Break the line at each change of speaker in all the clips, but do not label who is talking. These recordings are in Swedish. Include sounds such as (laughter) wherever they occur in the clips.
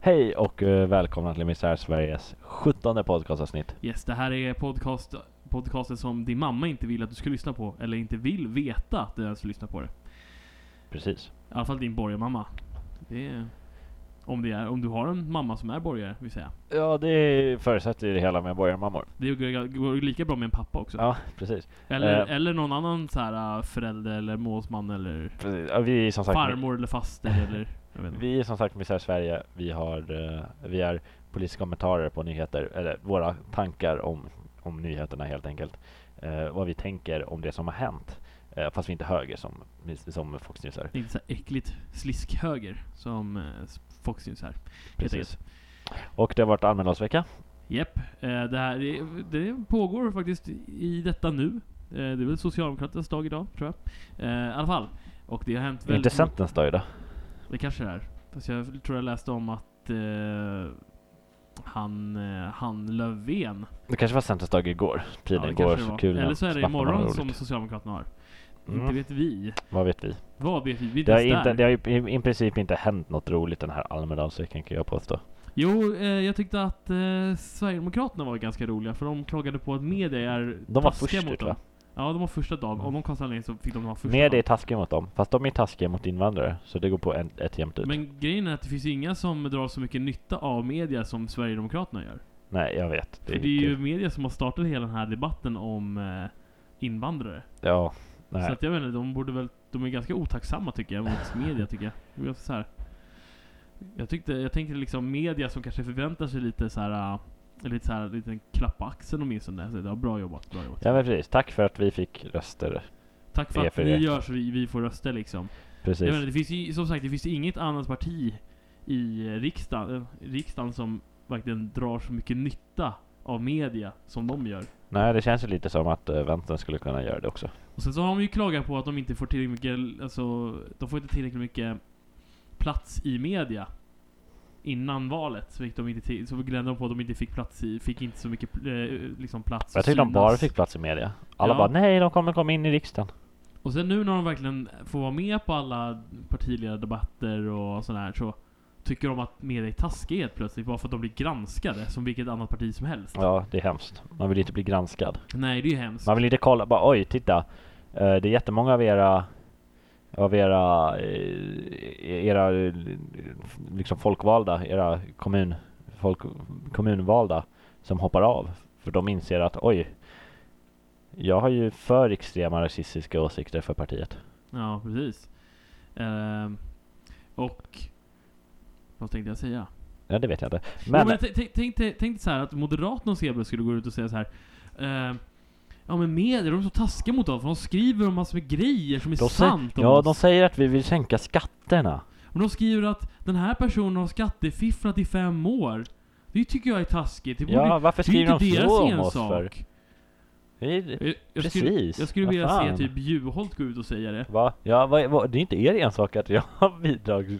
Hej och eh, välkomna till Misär Sveriges 17 podcastavsnitt.
Yes, det här är podcast, podcasten som din mamma inte vill att du ska lyssna på. Eller inte vill veta att du ens lyssnar på det.
Precis.
I alla fall din borgarmamma. Det är, om, det är, om du har en mamma som är borgare, vill säga.
Ja, det förutsätter ju det hela med borgarmammor.
Det går, går lika bra med en pappa också.
Ja, precis.
eller,
eh.
eller någon annan så här, äh, förälder eller målsman eller
precis. Ja, Vi är som sagt,
farmor
(laughs)
eller faster eller... Jag vet inte.
vi är som sagt Misär Sverige. Vi, har, eh, vi är politiska kommentarer på nyheter, eller våra tankar om, om nyheterna helt enkelt. Eh, vad vi tänker om det som har hänt. Eh, fast vi är inte höger som, som Fox News är.
Det är inte så här äckligt sliskhöger som eh, Fox News här. Helt enkelt.
Precis. Och det har varit Almedalsvecka.
Japp, eh, det här det, det pågår faktiskt i detta nu. Eh, Det är väl Socialdemokraternas dag idag, tror jag. Eh, I alla fall. Och det har hänt
Inte
väldigt...
Centerns dag idag.
Det kanske det är. Fast jag tror jag läste om att eh, han, eh, han Löfven...
Det kanske var Centerns dag igår. Tiden
det
går
kanske det
så
var.
kul. när
Eller så är det
snabbt man har
imorgon
roligt.
som Socialdemokraterna har.
Mm.
Inte vet vi.
Vad vet vi?
Vad vet vi? Vi är
Det har,
inte ens
inte,
där.
det har i, i- i princip inte hänt något roligt den här Almedalsveckan kan jag påstå.
Jo, eh, jag tyckte att eh, Sverigedemokraterna var ganska roliga för de klagade på att media är
De var
taskiga
först
mot
ut
dem.
va?
Ja, de var första dag. Om de kostade anledning så fick de ha första
Med
dagen.
är taskiga mot dem, fast de är taskiga mot invandrare. Så det går på en, ett jämnt ut.
Men grejen är att det finns inga som drar så mycket nytta av media som Sverigedemokraterna gör.
Nej, jag vet.
För det är ju media som har startat hela den här debatten om eh, invandrare.
Ja.
Så
Nej.
att jag vet inte, de borde väl... De är ganska otacksamma tycker jag mot media tycker jag. Det är Så här. Jag tyckte, jag tänkte liksom media som kanske förväntar sig lite så här. eh, Lite såhär, lite en klapp på axeln åtminstone. Så det var bra jobbat, bra jobbat.
Ja men precis, tack för att vi fick röster.
Tack för
det är
att
för
ni
det.
gör så vi, vi får röster liksom. Jag
Precis.
menar, det finns ju, som sagt, det finns ju inget annat parti i eh, riksdagen, eh, riksdagen som verkligen drar så mycket nytta av media som de gör.
Nej, det känns ju lite som att uh, vänstern skulle kunna göra det också.
Och sen så har de ju klagat på att de inte får tillräckligt mycket, alltså, de får inte tillräckligt mycket plats i media. Innan valet så, fick de inte till, så gnällde de på att de inte fick plats i, fick inte så mycket eh, liksom plats
Jag
att
tycker de
synas.
bara fick plats i media. Alla
Ja.
bara nej, de kommer komma in i riksdagen.
Och sen nu när de verkligen får vara med på alla partiledardebatter och sådär här så tycker de att media är taskiga helt plötsligt bara för att de blir granskade som vilket annat parti som helst.
Ja, det är hemskt. Man vill inte bli granskad.
Nej, det är ju hemskt.
Man vill inte kolla, bara oj, titta. Eh, det är jättemånga av era av era, eh, era eh, liksom folkvalda, era kommun, folk, kommunvalda som hoppar av. För de inser att oj, jag har ju för extrema rasistiska åsikter för partiet.
Ja, precis. Ehm, och... Vad tänkte jag säga?
Ja, det vet jag inte.
Men,
Men,
men tänk- tänk- tänk dig- tänk dig så här att Moderaterna och Zebra skulle gå ut och säga så här. ehm, ja men medier, de är så taskiga mot oss för de skriver om massor med grejer som är
de, säger,
sant om
ja,
oss.
de säger att vi vill sänka skatterna.
Men de skriver att den här personen har skattefifflat i fem år. Det tycker jag är taskigt. Det, borde,
Ja, varför
det är
skriver
inte
de
deras
så om oss
ensak.
för? Vi,
Jag, jag skulle,
precis.
jag skulle
Vad
vilja
fan.
se typ Juholt gå ut och säga det.
Va? Ja, vad, vad, det är inte er ensak att jag har (laughs)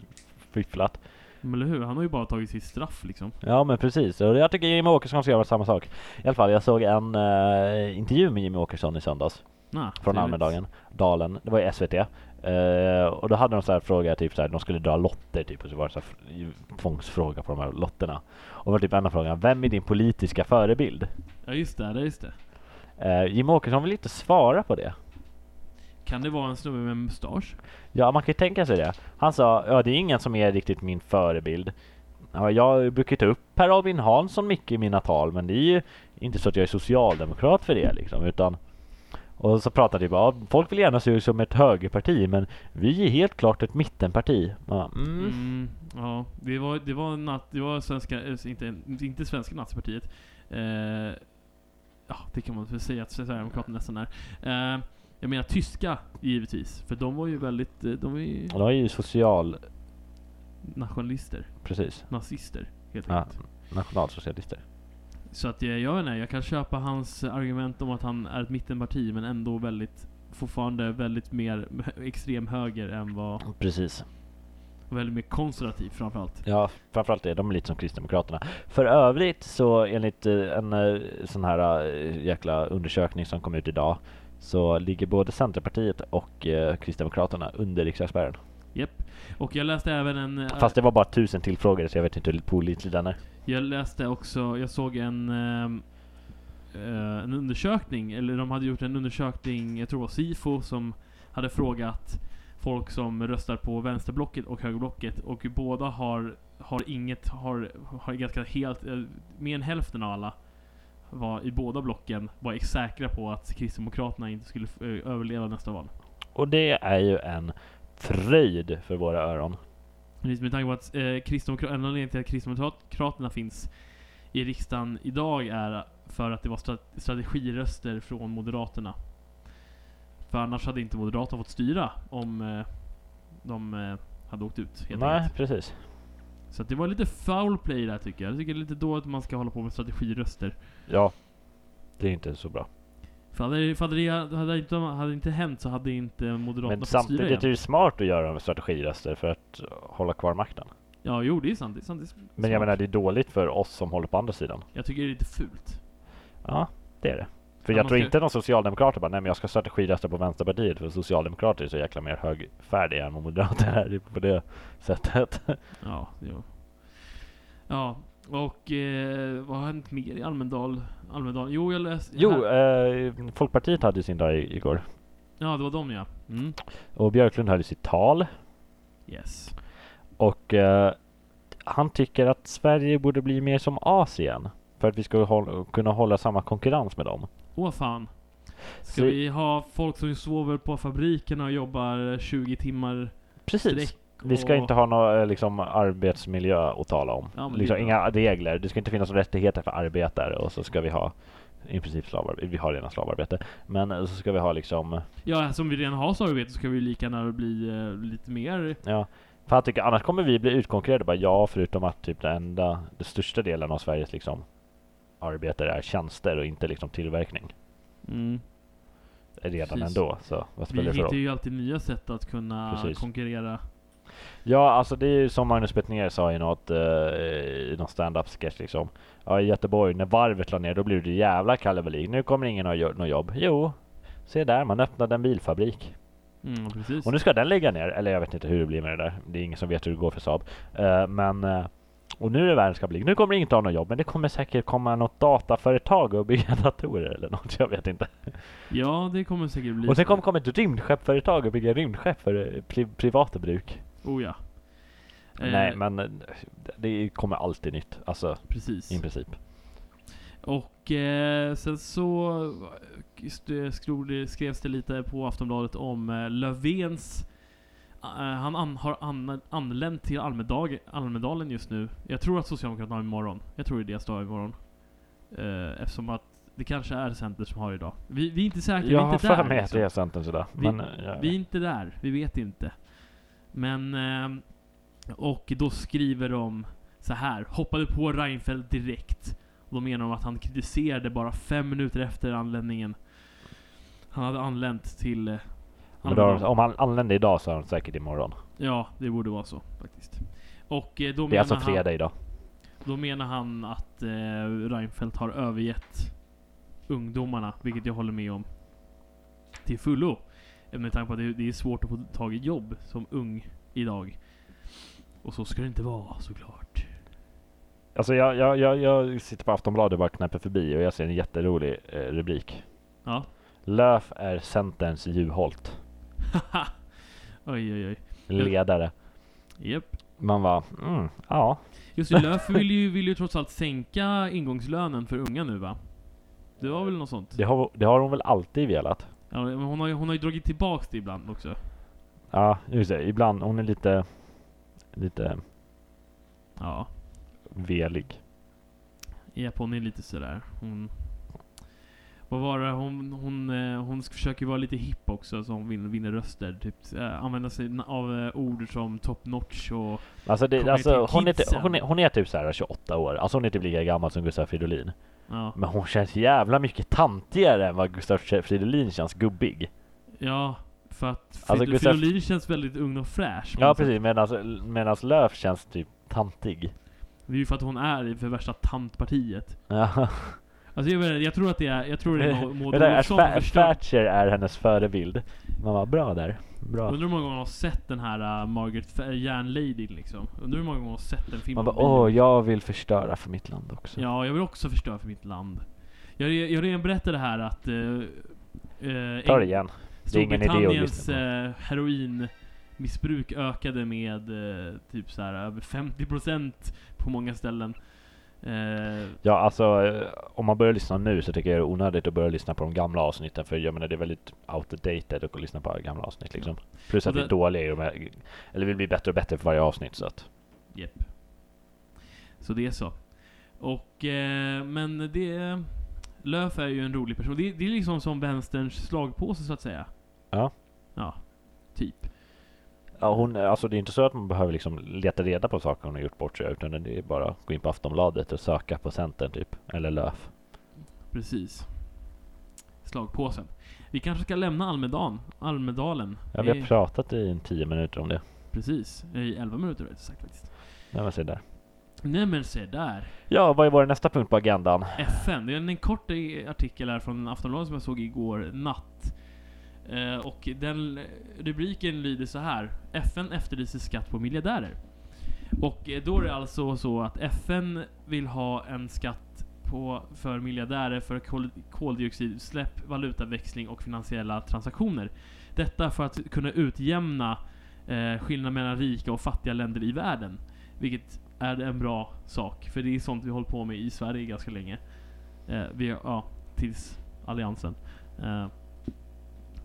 bidragsfifflat.
Men eller hur? Han har ju bara tagit sitt straff liksom.
Ja men precis, och jag tycker Jimmy Åkesson ska göra samma sak. I alla fall, jag såg en eh, intervju med Jimmy Åkesson i söndags
Nah,
från Almedalen, Dalen, det var i SVT. Eh, och då hade de så här fråga, typ så här, de skulle dra lotter typ, och så var det så här, f- tvångsfråga på de här lotterna. Och var typ enda frågan, vem är din politiska förebild?
Ja just det, ja, just det.
Eh, Jimmy Åkesson vill inte svara på det.
Kan det vara en snubbe med mustasch?
Ja, man kan ju tänka sig det. Han sa, ja det är ingen som är riktigt min förebild. Ja, jag brukar ta upp Per Albin Hansson mycket i mina tal, men det är ju inte så att jag är socialdemokrat för det liksom, utan och så pratade vi bara, "Ja, folk vill gärna se ut som ett högerparti, men vi är helt klart ett mittenparti. Man bara, mm.
Mm, ja, det var, det var, natt, det var svenska, eh, inte, inte svenska nazipartiet. Eh, ja, det kan man väl säga att Sverigedemokraterna nästan är. Eh, jag menar tyska, givetvis. För de var ju väldigt, eh, de var ju
Och de är ju social,
nationalister.
precis,
Nazister, helt
Ja.
enkelt.
nationalsocialister.
Så att jag, jag vet inte, jag kan köpa hans argument om att han är ett mittenparti, men ändå väldigt, fortfarande väldigt mer (laughs) extrem höger än vad,
Precis.
väldigt mer konservativ framförallt.
Ja, framförallt det. De är lite som Kristdemokraterna. För övrigt så enligt eh, en eh, sån här eh, jäkla undersökning som kom ut idag så ligger både Centerpartiet och eh, Kristdemokraterna under riksdagsspärren.
Japp. Och jag läste även en... eh,
Fast det var bara tusen tillfrågade så jag vet inte hur pålitlig den är.
Jag läste också, jag såg en, ehm, eh, en undersökning, eller de hade gjort en undersökning, jag tror det var SIFO, som hade frågat folk som röstar på vänsterblocket och högerblocket och båda har, har inget, har, har ganska helt, eh, mer än hälften av alla var i båda blocken var säkra på att Kristdemokraterna inte skulle eh, överleva nästa val.
Och det är ju en fröjd för våra öron.
Precis, med tanke på att eh, kristdemokra- en anledning till att Kristdemokraterna finns i riksdagen idag är för att det var stra- strategiröster från Moderaterna. För annars hade inte Moderaterna fått styra om eh, de eh, hade åkt ut. Helt
Nej,
enkelt.
precis.
Så att det var lite foul play där tycker jag. Jag tycker det är lite dåligt att man ska hålla på med strategiröster.
Ja. Det är inte så bra.
För hade, för hade, det, hade, inte, hade inte hänt så hade inte Moderaterna
Men
fått styra
samtidigt är
igen.
det ju smart att göra med strategiröster för att hålla kvar makten.
Ja, jo det är sant. Det är sant det är smart.
Men jag menar, det är dåligt för oss som håller på andra sidan.
jag tycker det är lite fult.
Ja, det är det. För
Ja,
jag
man
tror
ska-
inte någon socialdemokrater bara, nej men jag ska strategirösta på Vänsterpartiet för socialdemokrater är så jäkla mer högfärdiga än vad moderater är på det sättet.
Ja, jo. Ja, och eh, vad har hänt mer i Almedal? Almedal? (laughs) Jo, jag läste...
Jo,
här-
(laughs) eh, Folkpartiet hade ju sin dag i- igår.
Ja, det var dem ja. Mm.
Och Björklund höll ju sitt tal.
Yes.
Och eh, han tycker att Sverige borde bli mer som Asien. För att vi ska håll, kunna hålla samma konkurrens med dem.
Åh fan. Ska
Så-
vi ha folk som sover på fabrikerna och jobbar 20 timmar
Precis.
sträck?
Vi ska
och-
inte ha någon liksom, arbetsmiljö att tala om.
Ja, men det är
liksom,
bra.
inga regler. Det ska inte finnas rättigheter för arbetare och så ska vi ha i princip slavarbete. Vi har redan slavarbete. Men eh, så ska vi ha liksom...
Ja, som vi redan har samarbete så ska vi ju lika gärna bli eh, lite mer...
Ja. För han tycker annars kommer vi bli utkonkurrerade. Bara, ja, förutom att typ den enda, den största delen av Sveriges liksom, arbetare är tjänster och inte liksom tillverkning. Redan
Precis.
ändå. Så vad
Vi
spelar det för Mm. roll?
hittar ju alltid nya sätt att kunna
Precis.
konkurrera.
Ja, alltså det är ju som Magnus Betnér sa i något, eh, i någon stand-up sketch liksom. Ja, i Göteborg, när varvet la ner, då blev det jävla kalabalik. Nu kommer ingen ha gö- något jobb. Jo, se där, man öppnade en bilfabrik.
Mm, precis.
Och nu ska den lägga ner, eller jag vet inte hur det blir med det där. Det är ingen som vet hur det går för Saab. Eh, men, eh, och nu är det världens kalabalik. Nu kommer ingen ha något jobb, men det kommer säkert komma något dataföretag och bygga (laughs) datorer eller något. Jag vet inte.
Ja, det kommer säkert bli...
Och sen kommer komma ett rymdskeppföretag och bygga rymdskepp för eh, pri- privat bruk.
Oh ja. Eh,
Nej, men eh, det kommer alltid nytt. Alltså,
Precis.
i princip.
Och eh, sen så just det, skrov det, skrevs det lite på Aftonbladet om eh, Löfvens eh, han an, har an, anlänt till Almedag, Almedalen just nu. Jag tror att Socialdemokraterna har imorgon. Jag tror det är deras dag imorgon. Eh, eftersom att det kanske är Center som har idag. Vi, vi är inte säkra, vi
jag
är
har
inte
för
där.
mig att
liksom.
det är centern sådär.
Vi-
Men, eh, ja.
Vi är inte där, vi vet inte. Men... ehm, och då skriver de så här. Hoppade på Reinfeldt direkt. Och då menar de att han kritiserade bara fem minuter efter anländningen. Han hade anlänt till... eh,
men då, har de-
Almedalen.
om han anländer idag så har han säkert imorgon.
Ja, det borde vara så faktiskt. Och eh, då,
Det är
menar
alltså
han,
fredag idag.
då menar han att eh, Reinfeldt har övergett ungdomarna, vilket jag håller med om. Till fullo. Eh, Med tanke på att det, det är svårt att få tag i jobb som ung idag. Och så ska det inte vara såklart.
Alltså jag, jag, jag, jag sitter på Aftonbladet och bara knäpper förbi och jag ser en jätterolig eh, rubrik.
Ja. (laughs)
Löf är Centerns Juholt.
oj oj oj.
Ledare.
Japp.
Man var mm, ja.
Just det, Löf vill ju, vill ju trots allt sänka ingångslönen för unga nu va? Det var väl något sånt?
Det har, det har hon väl alltid velat.
Ja, men hon, har, ju- hon har ju dragit tillbaks det ibland också.
Ja, just det. Ibland. Hon är lite, lite
Ja.
velig.
Japp, hon är lite sådär. Hon... Vad var det? Hon, hon, eh, hon sk- försöker vara lite hipp också, så hon vinner, vinner röster. Typ, eh, använda sig na- av eh, ord som top notch och...
Alltså, det,
Kommer ju
alltså
till
hon, är, ty-
kidsen.
hon, är, hon är typ så här 28 år, alltså hon är typ lika gammal som Gustaf Fridolin.
Ja.
Men hon känns jävla mycket tantigare än vad Gustaf Fridolin känns gubbig.
ja för att Frid-
Alltså, Gustav-
Fridolin känns väldigt ung och fräsch. på
Ja
något sätt.
precis, medan Löf känns typ tantig.
Det är ju för att hon är i för värsta tantpartiet.
Ja,
Alltså jag, menar, jag tror att det är, jag
(laughs)
tror det är Maud
Det där är
Olofsson
Fa-
förstör-
Thatcher är hennes förebild. Man var bra där. Bra.
Undrar hur många gånger hon har sett den här uh, Margaret Fa- Järnladyn liksom. Undrar hur många gånger hon har sett den filmen.
Man bara
på bio.
åh, jag vill förstöra för mitt land också.
Ja, jag vill också förstöra för mitt land. Jag, jag redan berättade här att... eh, eh,
Ta det igen. Det är ingen idé att
Storbritanniens
lyssna på.
eh, heroinmissbruk ökade med eh, typ så här över 50% på många ställen. Eh,
Ja, alltså eh, om man börjar lyssna nu så tycker jag det är onödigt att börja lyssna på de gamla avsnitten. För jag menar det är väldigt outdated att lyssna på gamla avsnitt liksom. Plus
Och
att vi är
det-
dåliga i de här, eller vi blir bättre och bättre för varje avsnitt så att.
Japp. Så det är så. Och, eh, men det... Löf är ju en rolig person. Det, det är liksom som vänsterns slagpåse så att säga.
Ja.
Ja. Typ.
Ja, hon, alltså det är inte så att man behöver liksom leta reda på saker hon har gjort bort sig utan det är bara att gå in på Aftonbladet och söka på Centern typ. Eller Löf.
Precis. Slagpåsen. Vi kanske ska lämna Almedalen. Almedalen.
Ja, vi har
Eh,
pratat i en tio minuter om det.
Precis. I 11 minuter rätt sagt faktiskt.
Nej, men se där.
Nej men se där.
Ja, vad är vår nästa punkt på agendan?
FN. Det är en kort eh, artikel här från Aftonbladet som jag såg igår natt. Eh, och den rubriken lyder så här. FN efterlyser skatt på miljardärer. Och eh, då är det alltså så att FN vill ha en skatt på, för miljardärer för kol, koldioxidutsläpp, valutaväxling och finansiella transaktioner. Detta för att kunna utjämna eh, skillnaden mellan rika och fattiga länder i världen. Vilket är en bra sak, för det är sånt vi håller på med i Sverige ganska länge. Eh, vi, ja, tills Alliansen. Eh,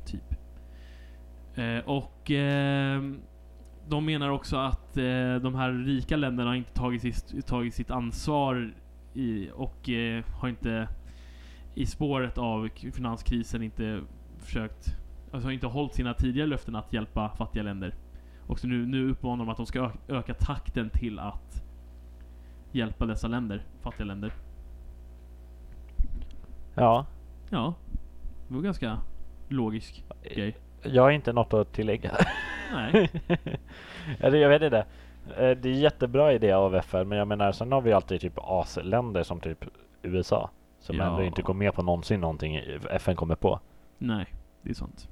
typ. Eh, och ehm, de menar också att eh, de här rika länderna har inte tagit sitt, tagit sitt ansvar i, och eh, har inte i spåret av k- finanskrisen inte försökt, alltså har inte hållit sina tidigare löften att hjälpa fattiga länder. Och så nu, nu uppmanar de att de ska ö- öka takten till att hjälpa dessa länder, fattiga länder.
Ja,
Ja. Det var ganska logisk grej.
jag har inte något att tillägga. (laughs)
Nej.
Eller jag vet inte. Eh, Det är jättebra idé av FN, men jag menar sen har vi alltid typ asländer som typ USA. Som
Ja. Mm.
ändå inte går med på någonsin någonting i- FN kommer på.
Nej, det är sant.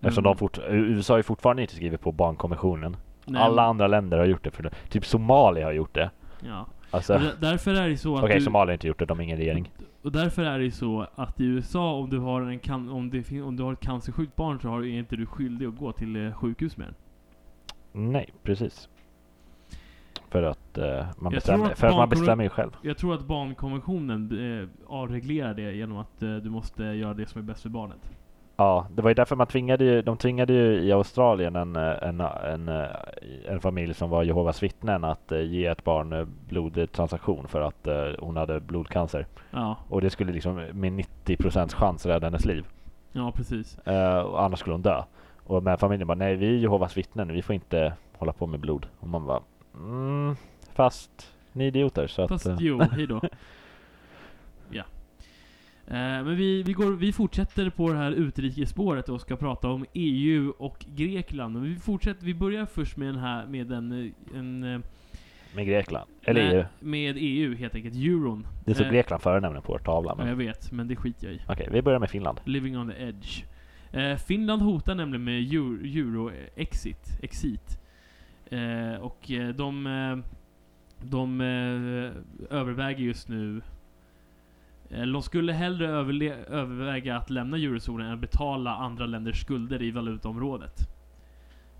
Eftersom
Men-
de fort, U- USA har ju fortfarande inte skrivit på barnkonventionen.
nej,
Alla andra länder har gjort det. För det. Typ Somalia har gjort det.
Ja.
Alltså,
Och
Okej,
där- därför är det så att du,
Somalia har inte gjort det. De har ingen regering.
Och därför är det ju så att i USA om du har en can, om, det fin, om du har ett cancersjukt barn så har, är inte du skyldig att gå till eh, sjukhus med den.
Nej, precis. För att, eh, man,
tror
bestämmer,
att
för att man
barnkonven-
bestämmer ju själv.
Jag tror att barnkonventionen eh, avreglerar det genom att eh, du måste göra det som är bäst för barnet.
Ja, det var ju därför man tvingade ju, de tvingade ju i Australien en, eh, en, en, eh, en familj som var Jehovas vittnen att eh, ge ett barn eh, blodtransaktion för att eh, hon hade blodcancer.
Ja,
Och det skulle liksom med 90% chans rädda hennes liv.
ja precis.
Eh, och annars skulle hon dö. Och men familjen bara, nej vi är Jehovas vittnen, vi får inte hålla på med blod. Och man bara, mm, fast ni är idioter. Så
Fast
att, eh, (laughs)
jo, hejdå. ja. Eh, men vi, vi, går, vi fortsätter på det här utrikesspåret och ska prata om EU och Grekland. Och Vi, fortsätter, vi börjar först med den här, med en, en eh,
med Grekland. Eller
med,
EU.
Med EU helt enkelt, euron.
Det står
Eh,
Grekland före nämligen på vår tavla. Men...
Ja, jag vet, men det skiter jag i.
Okej, vi börjar med Finland.
Living on the edge. Eh, Finland hotar nämligen med eu- euro-exit. Exit. Eh, och eh, de, eh, de eh, överväger just nu eller de skulle hellre överle- överväga att lämna eurozonen än att betala andra länders skulder i valutaområdet.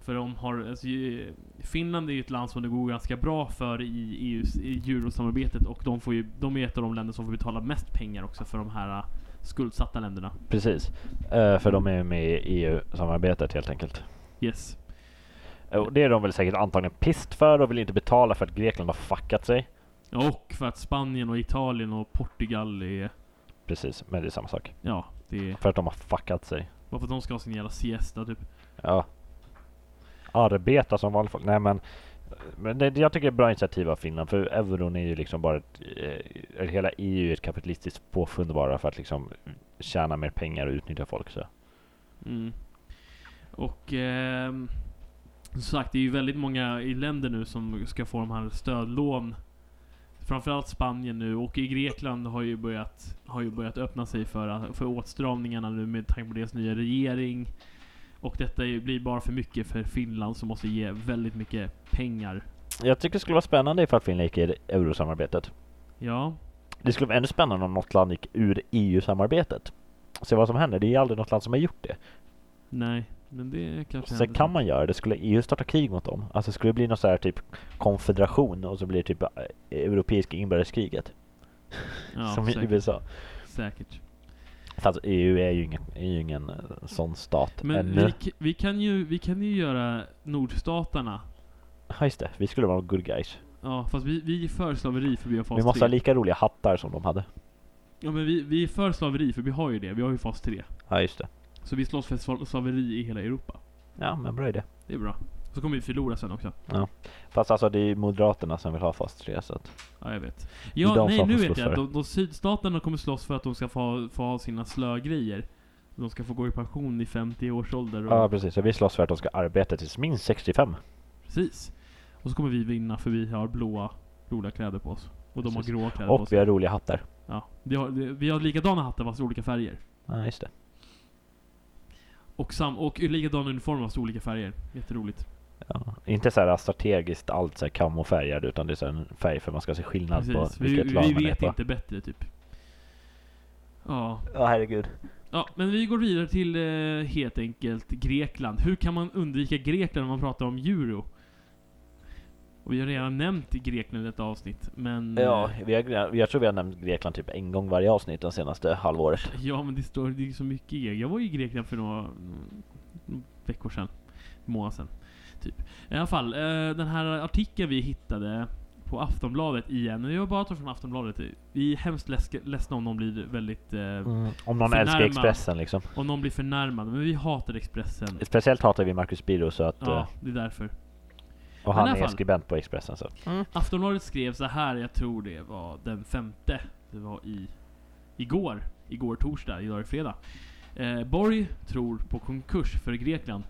För de har, alltså, ju- Finland är ju ett land som det går ganska bra för i, EUs, i eurosamarbetet och de, får ju, de är ett av de länder som får betala mest pengar också för de här eh, skuldsatta länderna.
Precis. Eh, för de är ju med i EU-samarbetet helt enkelt.
Yes.
Eh, Och det är de väl säkert antagligen pist för och vill inte betala för att Grekland har fuckat sig.
Och för att Spanien och Italien och Portugal är...
Precis, men det är samma sak.
Ja, det är...
För att de har fuckat sig.
Varför de ska ha sin jävla siesta typ.
Ja. Arbeta som vanligt folk. Nej men. Men det, jag tycker det är ett bra initiativ av Finland för euron är ju liksom bara ett, eh, eller hela EU är ett kapitalistiskt påfund bara för att liksom tjäna mer pengar och utnyttja folk så.
Mm. Och... ehm, som sagt, det är ju väldigt många i länder nu som ska få de här stödlån framförallt Spanien nu och i Grekland har ju börjat, har ju börjat öppna sig för, för åtstramningarna nu med tanke på deras nya regering. Och detta är ju- blir bara för mycket för Finland som måste ge väldigt mycket pengar.
Jag tycker det skulle vara spännande ifall Finland gick i eurosamarbetet.
Ja,
Det skulle vara ännu spännande om något land gick ur EU-samarbetet. Se vad som händer. Det är ju aldrig något land som har gjort det.
nej, men det kanske
Sen
händer
kan
snart.
man göra det. Skulle EU starta krig mot dem? Alltså skulle det bli någon sån här typ konfederation och så blir det typ eh, europeiska inbördeskriget.
ja,
som i
säkert,
USA.
säkert.
Fast EU är ju ingen, är ju ingen eh, sån stat
Men
ännu.
vi, k- vi, kan ju, vi kan ju göra nordstaterna.
Ja just det, vi skulle vara good guys.
Ja, fast vi, vi är för slaveri för vi har fas
Vi måste
3.
ha lika roliga hattar som de hade.
Ja men vi, vi är för slaveri för vi har ju det, vi har ju fas 3.
Ja just det.
Så vi slåss för sla- slaveri i hela Europa.
Ja men bra idé.
Det är bra. Så kommer vi förlora sen också.
Fast alltså det är ju Moderaterna som vill ha fast 3 så att...
Ja, jag vet.
är
Ja,
de
nej
som
nu
får
vet
slåss
jag.
för
De, de sydstaterna kommer slåss för att de ska få, ha- få ha sina slögrejer. De ska få gå i pension i 50 års ålder. Och,
Ja precis, så vi slåss för att de ska arbeta tills minst 65.
Precis. Och så kommer vi vinna för vi har blåa, blåa kläder på oss. Och de har
Precis.
gråa kläder på
Och
oss.
vi har roliga hattar.
Ja. Vi, har, vi har likadana hattar fast i olika färger.
Ja just det.
Och, sam, och likadana uniformer fast i olika färger. Jätteroligt.
Ja. Inte så här strategiskt allt så här kamofärgad utan det är så här en färg för man ska se skillnad
Precis.
på
Vi,
vilket
vi
lag man är
vet
på.
inte bättre typ. Ja.
Ja herregud.
Ja, men vi går vidare till eh, helt enkelt Grekland. Hur kan man undvika Grekland när man pratar om euro? Och vi har redan nämnt Grekland i detta avsnitt, men...
Ja,
eh,
vi har, jag tror vi har nämnt Grekland typ en gång varje avsnitt de senaste halvåret.
ja men det står det är så mycket i Jag var ju i Grekland för några mm, veckor sedan. Månad sedan, typ. I alla fall, eh, den här artikeln vi hittade på Aftonbladet igen. och Jag har bara tagit från Aftonbladet. Vi är hemskt läsk- ledsna om de blir väldigt... Eh,
Mm, Om någon älskar
Förnärmad.
Expressen liksom.
Om de blir förnärmade. Men vi hatar Expressen.
Speciellt hatar vi Marcus Biro så att... eh,
Ja, det är därför.
Och
Men i
han
alla
är
fall.
skribent på Expressen så.
Aftonbladet skrev så här, jag tror det var den femte. Det var i... Igår. Igår torsdag, idag är fredag. Eh, Borg tror på konkurs för Grekland.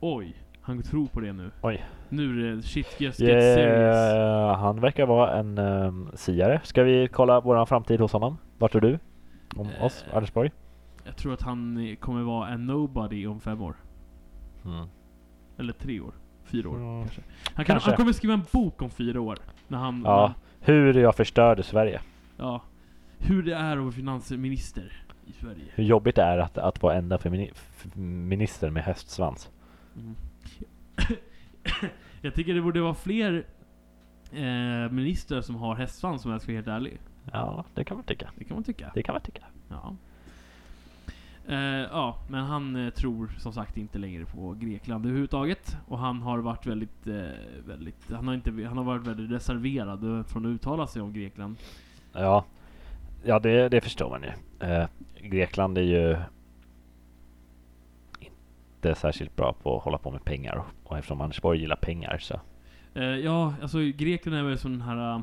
Oj, han tror på det nu.
Oj.
Nu är det shit just get serious.
Yeah, Eh, han verkar vara en um, siare. Ska vi kolla våran framtid hos honom? Vart är du? Om
Eh.
oss, Anders Borg?
Jag tror att han eh, kommer vara en nobody om fem år. Eller tre år. Fyra år
Mm.
kanske. Han, kan,
Kanske.
han kommer skriva en bok om fyra år. När han...
Ja.
när-
Hur jag förstörde Sverige.
ja. Hur det är att vara finansminister i Sverige.
Hur jobbigt det är att, att vara enda femini- f- minister med hästsvans.
Jag tycker det borde vara fler eh, ministrar som har hästsvans om jag ska vara helt ärlig.
Ja, det kan man tycka.
Det kan man tycka.
Det kan man tycka.
Ja. Eh, ja, men han eh, tror som sagt inte längre på Grekland överhuvudtaget. Och han har varit väldigt, eh, väldigt han, har inte, han har varit väldigt reserverad eh, från att uttala sig om Grekland.
Ja, ja det, det förstår man ju. Eh, Grekland är ju inte särskilt bra på att hålla på med pengar och eftersom Anders Borg gillar pengar så.
Eh, ja, alltså Grekland är väl som den här eh,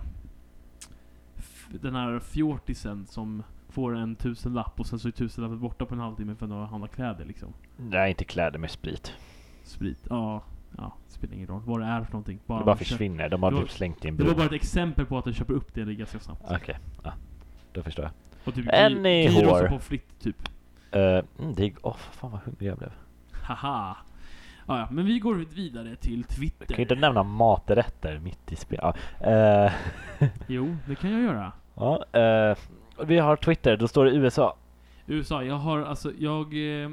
f- den här fjortisen som får en tusenlapp och sen så är tusenlappen borta på en halvtimme för att handla kläder liksom.
Nej, inte kläder med sprit.
Sprit, ja. Ja, det spelar ingen roll vad det är för någonting. Bara
det bara
man köper-
försvinner. De har
det var-
typ slängt i en
Det var
brunn.
bara ett exempel på att den köper upp det ganska snabbt.
Okej, ja. Då förstår jag.
Och typ
Anyhow.
gy- gyros och pommes frites typ.
Eh, mm, det gick... Åh, fan vad hungrig jag blev.
Haha. Ja, ja, men vi går vidare till
Jag kan ju
Twitter.
inte nämna maträtter mitt i spel. Ja, eh,
Jo, det kan jag göra.
ja, eh, vi har Twitter, då står det USA.
USA, jag har alltså, jag... eh,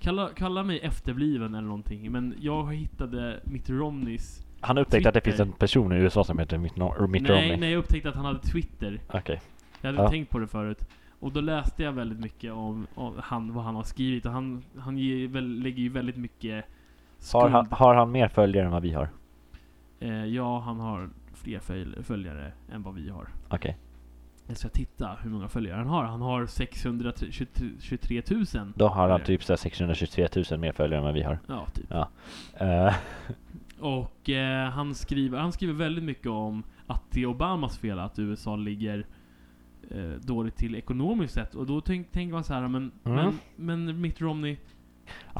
Kalla, kalla mig efterbliven eller någonting, men jag hittade Mitt Romneys...
Han upptäckte att det finns
Twitter.
en person i USA som heter Mitt, no- Mitt
nej,
Romney.
nej, jag upptäckte att han hade Twitter.
Okej.
Jag hade
Ja.
tänkt på det förut. Och då läste jag väldigt mycket om, om han, vad han har skrivit. Och han, han ger, väl, lägger ju väldigt mycket skuld.
Har, han, har han mer följare än vad vi har?
Eh, ja, han har fler föl- följare än vad vi har.
Okej.
Jag ska titta hur många följare han har. Han har 623 000.
Då har han
Följare.
typ så här 623 000 mer följare än vad vi har.
Ja, typ.
Eh,
Och eh, han, skriver, han skriver väldigt mycket om att det är Obamas fel att USA ligger eh, dåligt till ekonomiskt sett. Och då tänk- tänker man så här, men,
Mm.
men, men Mitt Romney, går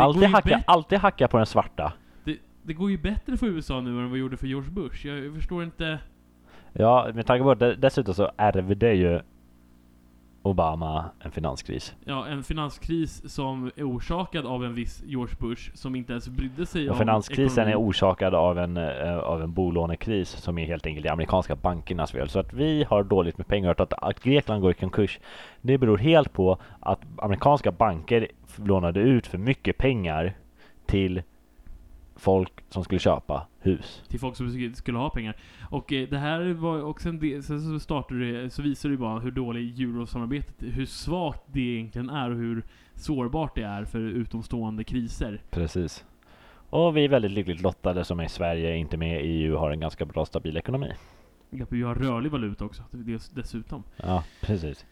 alltid,
ju
hacka,
bättre.
alltid hacka på den svarta.
Det, det går ju bättre för USA nu än vad det gjorde för George Bush. Jag, jag förstår inte...
Ja, med tanke på att de- dessutom så ärvde ju Obama en finanskris.
Ja, en finanskris som är orsakad av en viss George Bush som inte ens brydde sig
Och
om
finanskrisen är
ekonomin.
orsakad av en, eh, av en bolånekris som är helt enkelt de amerikanska bankernas fel. Så att vi har dåligt med pengar och att, att Grekland går i konkurs, det beror helt på att amerikanska banker f- lånade ut för mycket pengar till folk som skulle köpa hus.
till folk som sk- skulle ha pengar. Och eh, det här var också en del, sen så startade det, så visar det ju bara hur dåligt eurosamarbetet, hur svagt det egentligen är och hur sårbart det är för utomstående kriser.
Precis. Och vi är väldigt lyckligt lottade som är i Sverige, inte med i EU, har en ganska bra stabil ekonomi.
Vi har rörlig valuta också, dess- dessutom.
Ja, precis.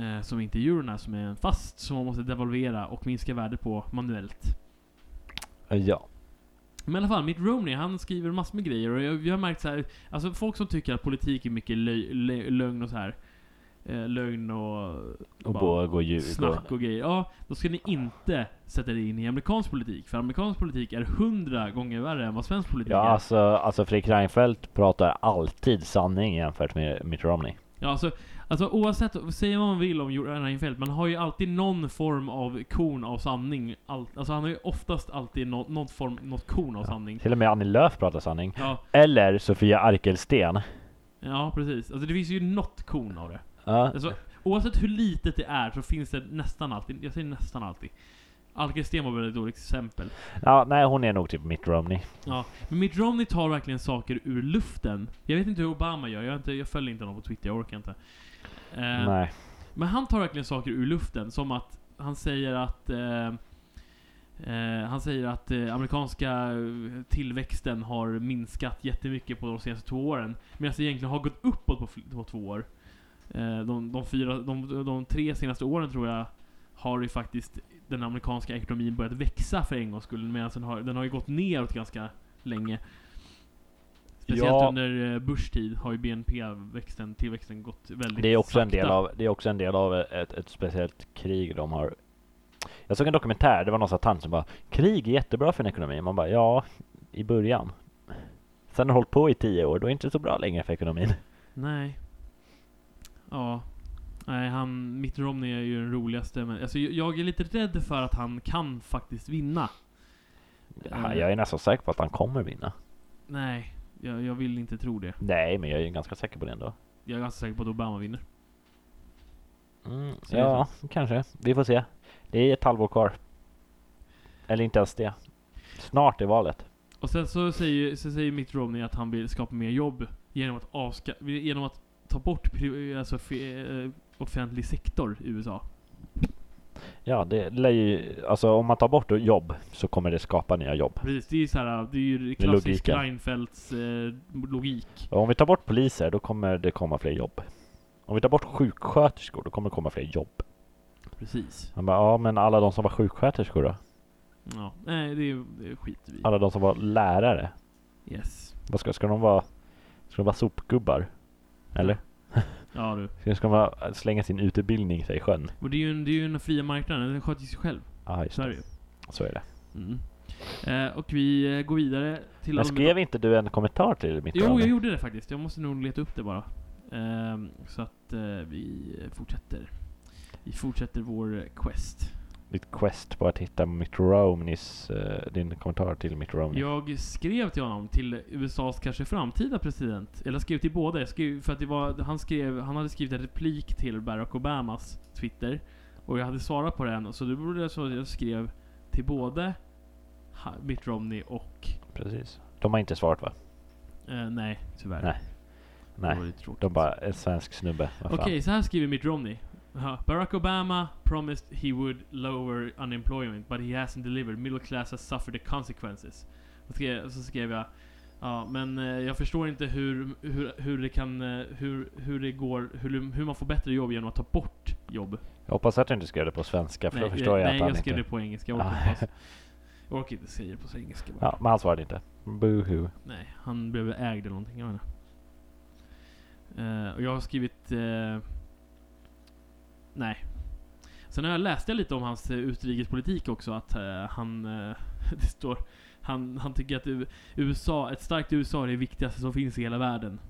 Eh, som inte är euron är, som är en fast, som man måste devalvera och minska värde på manuellt.
Ja.
Men i alla fall, Mitt Romney, han skriver massor med grejer och jag, jag har märkt så här, alltså folk som tycker att politik är mycket löj, löj, lögn och så här. Eh, lögn och
Och bo,
Bara
går ju...
snack och grejer. Ja, då ska ni inte sätta er in i amerikansk politik. För amerikansk politik är hundra gånger värre än vad svensk politik
Ja,
är.
alltså, alltså Fredrik Reinfeldt pratar alltid sanning jämfört med Mitt Romney.
Ja, alltså, alltså oavsett, säga vad man vill om Göran Reinfeldt, man har ju alltid någon form av korn av sanning. All, alltså han har ju oftast alltid nå, någon form, något korn av sanning.
Till och med Annie Lööf pratar sanning.
Ja,
Eller Sofia Arkelsten.
ja precis. Alltså det finns ju något korn av det.
Ja,
Alltså, oavsett hur litet det är så finns det nästan alltid, jag säger nästan alltid. Alkesten var väl ett dåligt exempel.
ja, nej, hon är nog typ Mitt Romney.
Ja, men Mitt Romney tar verkligen saker ur luften. Jag vet inte hur Obama gör, jag, har inte, jag följer inte honom på Twitter, jag orkar inte. Eh,
Nej.
men han tar verkligen saker ur luften, som att han säger att eh, eh, han säger att eh, amerikanska eh, tillväxten har minskat jättemycket på de senaste två åren. Medan det egentligen har gått uppåt på, fl- på två år. Eh, de, de, fyra, de, de tre senaste åren tror jag har ju faktiskt den amerikanska ekonomin börjat växa för en gångs skull. Medan den har, den har ju gått neråt ganska länge. Speciellt
Ja.
under eh, Bush tid har ju BNP-växten, tillväxten gått väldigt
Det är, också en del
sakta.
av, det är också en del av ett, ett speciellt krig de har. Jag såg en dokumentär, det var någon sån här tant som bara Krig är jättebra för en ekonomi. Man bara ja, i början. Sen har hållit på i tio år, då är det inte så bra längre för ekonomin.
Nej. Ja. Nej, han, Mitt Romney är ju den roligaste, men alltså, jag- jag är lite rädd för att han kan faktiskt vinna. Eh,
Ja, jag är nästan säker på att han kommer vinna.
Nej, jag, jag vill inte tro det.
Nej, men jag är ju ganska säker på det ändå.
Jag är ganska säker på att Obama vinner.
Mm,
Så det är
ja, kanske. Vi får se. Det är ett halvår kvar. Eller inte ens det. Snart är valet.
Och sen så säger, så säger Mitt Romney att han vill skapa mer jobb genom att, avska, genom att ta bort pri- alltså, fe- eh, offentlig sektor i USA.
Ja, det lär ju, alltså om man tar bort jobb så kommer det skapa nya jobb.
Precis, det är ju så här, det är ju
Det är
klassisk
logiken.
Reinfeldts eh, logik.
Och om vi tar bort poliser, då kommer det komma fler jobb. Om vi tar bort sjuksköterskor, då kommer det komma fler jobb.
Precis.
Man bara, ja men alla de som var sjuksköterskor då?
Ja, nej det, är- det skiter vi i.
Alla de som var lärare?
Yes.
Vad ska, ska de vara? Ska de vara sopgubbar? Eller?
Ja du.
Ska de vara, slänga sin utbildning sig i sjön?
Och det är ju, en- det är ju den fria marknaden, den sköter ju sig själv.
Ja, just
Så är det
det.
ju.
Så är det.
Mm. Eh, och vi eh, går vidare till
Men
allmän-
skrev inte du en kommentar till mitt
Jo,
rum?
jag gjorde det faktiskt. Jag måste nog leta upp det bara. Ehm, så att eh, vi fortsätter. Vi fortsätter vår eh, quest.
ditt quest på att hitta Mitt Romneys, eh, din kommentar till Mitt Romney.
Jag skrev till honom, till USAs kanske framtida president. Eller jag skrev till båda. Jag skrev, för att det var, han, skrev, han hade skrivit en replik till Barack Obamas Twitter. Och jag hade svarat på den. Så det borde så att jag skrev till både ha- Mitt Romney och...
Precis. De har inte svarat va?
Eh, nej, tyvärr.
Nej.
Det var
Nej.
lite tråkigt.
De bara, en svensk snubbe. Vad
Okej,
fan.
så här skriver Mitt Romney. Ja, Barack Obama promised he would lower unemployment, but he hasn't delivered. Middle class has suffered the consequences. Och skrev, så skrev jag, ja men eh, jag förstår inte hur, hur, hur det kan, eh, hur, hur det går, hur, hur man får bättre jobb genom att ta bort jobb.
Jag hoppas att du inte skrev det på svenska för
nej, eh,
då förstår jag
nej,
att han
jag skrev
inte...
det på engelska. Jag orkar,
Ah.
inte ens- jag orkar inte säga det på engelska. bara.
Ja, men han svarade inte. Boohoo.
Nej, han blev väl ägd eller någonting, jag menar. Eh, och jag har skrivit... eh, nej. Sen har jag läst lite om hans eh, utrikespolitik också, att eh, han... eh, (laughs) det står... Han, han tycker att U- USA, ett starkt USA är det viktigaste som finns i hela världen.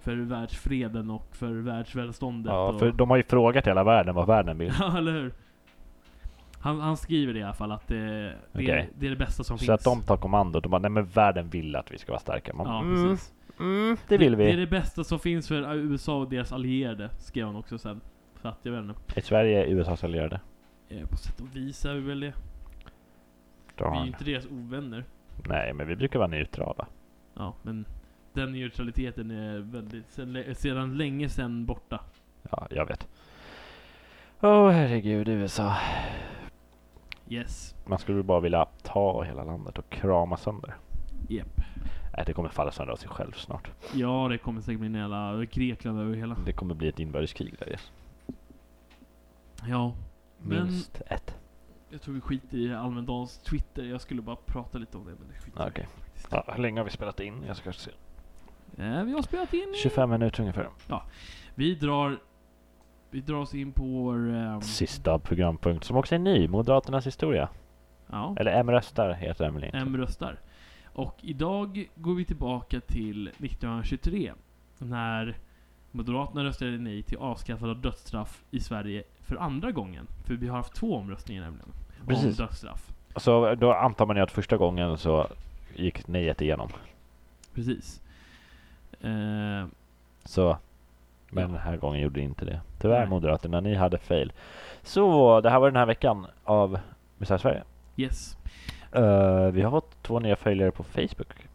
för världsfreden och för världsvälståndet.
Ja,
(laughs) och...
för de har ju frågat hela världen vad världen
(laughs)
vill.
Ja, eller hur? Han, han skriver det i alla fall att eh, det, det, är,
Okej.
det är det bästa som
Så
finns.
att de tar kommandot. De bara, nej men världen vill att vi ska vara starka. Man,
Ja,
mm,
precis.
mm, det vill
Det är
vi.
det bästa som finns för USA och deras allierade, skrev han också sen. Så att jag vet
Är
inte.
Sverige USAs allierade?
Eh, På sätt och vis är vi väl det. Vi är ju
Darn.
inte deras ovänner.
Nej, men vi brukar vara neutrala.
Ja, men den neutraliteten är väldigt, sedan, sedan länge sedan borta.
Ja, jag vet. Åh oh, herregud, USA.
Yes.
Man skulle bara vilja ta hela landet och krama sönder.
Yep.
Nej, det kommer falla sönder av sig själv snart.
Ja, det kommer säkert bli en jävla Grekland över hela.
Det kommer bli ett inbördeskrig där. yes.
Ja. Men
Minst ett.
jag tror vi skiter i Almedals Twitter. Jag skulle bara prata lite om det, men det skiter
Ah, Okej.
jag i faktiskt.
Ja, hur länge har vi spelat in? Jag ska se.
Eh, vi har spelat in. i-
25 minuter ungefär.
Vi drar... Vi drar oss in på vår... ehm,
Sista programpunkt som också är ny. Moderaternas historia.
Ja.
Eller M röstar heter den väl inte?
M röstar. Och idag går vi tillbaka till 1923. När Moderaterna röstade nej till avskaffande av dödsstraff i Sverige för andra gången. För vi har haft två omröstningar nämligen.
Precis.
Om dödsstraff.
Så då antar man ju att första gången så gick nejet igenom.
Precis. Eh,
Så, men
Ja.
den här gången gjorde det inte det. Tyvärr
Nej.
Moderaterna, ni hade fail. Så, det här var den här veckan av Misär Sverige.
yes.
Eh, vi har fått två nya följare på Facebook.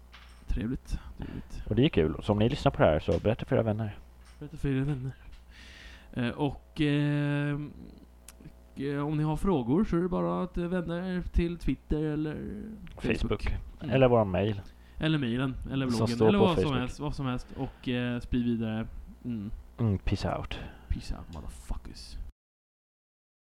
Trevligt. Trevligt.
Och det är kul. Så om ni lyssnar på det här så berätta för era vänner.
Berätta för era vänner. Eh, och... Eh, eh, om ni har frågor så är det bara att eh, vända er till Twitter eller
Facebook.
Mm.
Eller vår mail.
Eller mailen, eller
Som
bloggen,
står
eller
på
vad som,
Facebook.
helst, vad som helst. Och eh, sprid vidare. Mm.
Mm, peace out.
Peace out motherfuckers.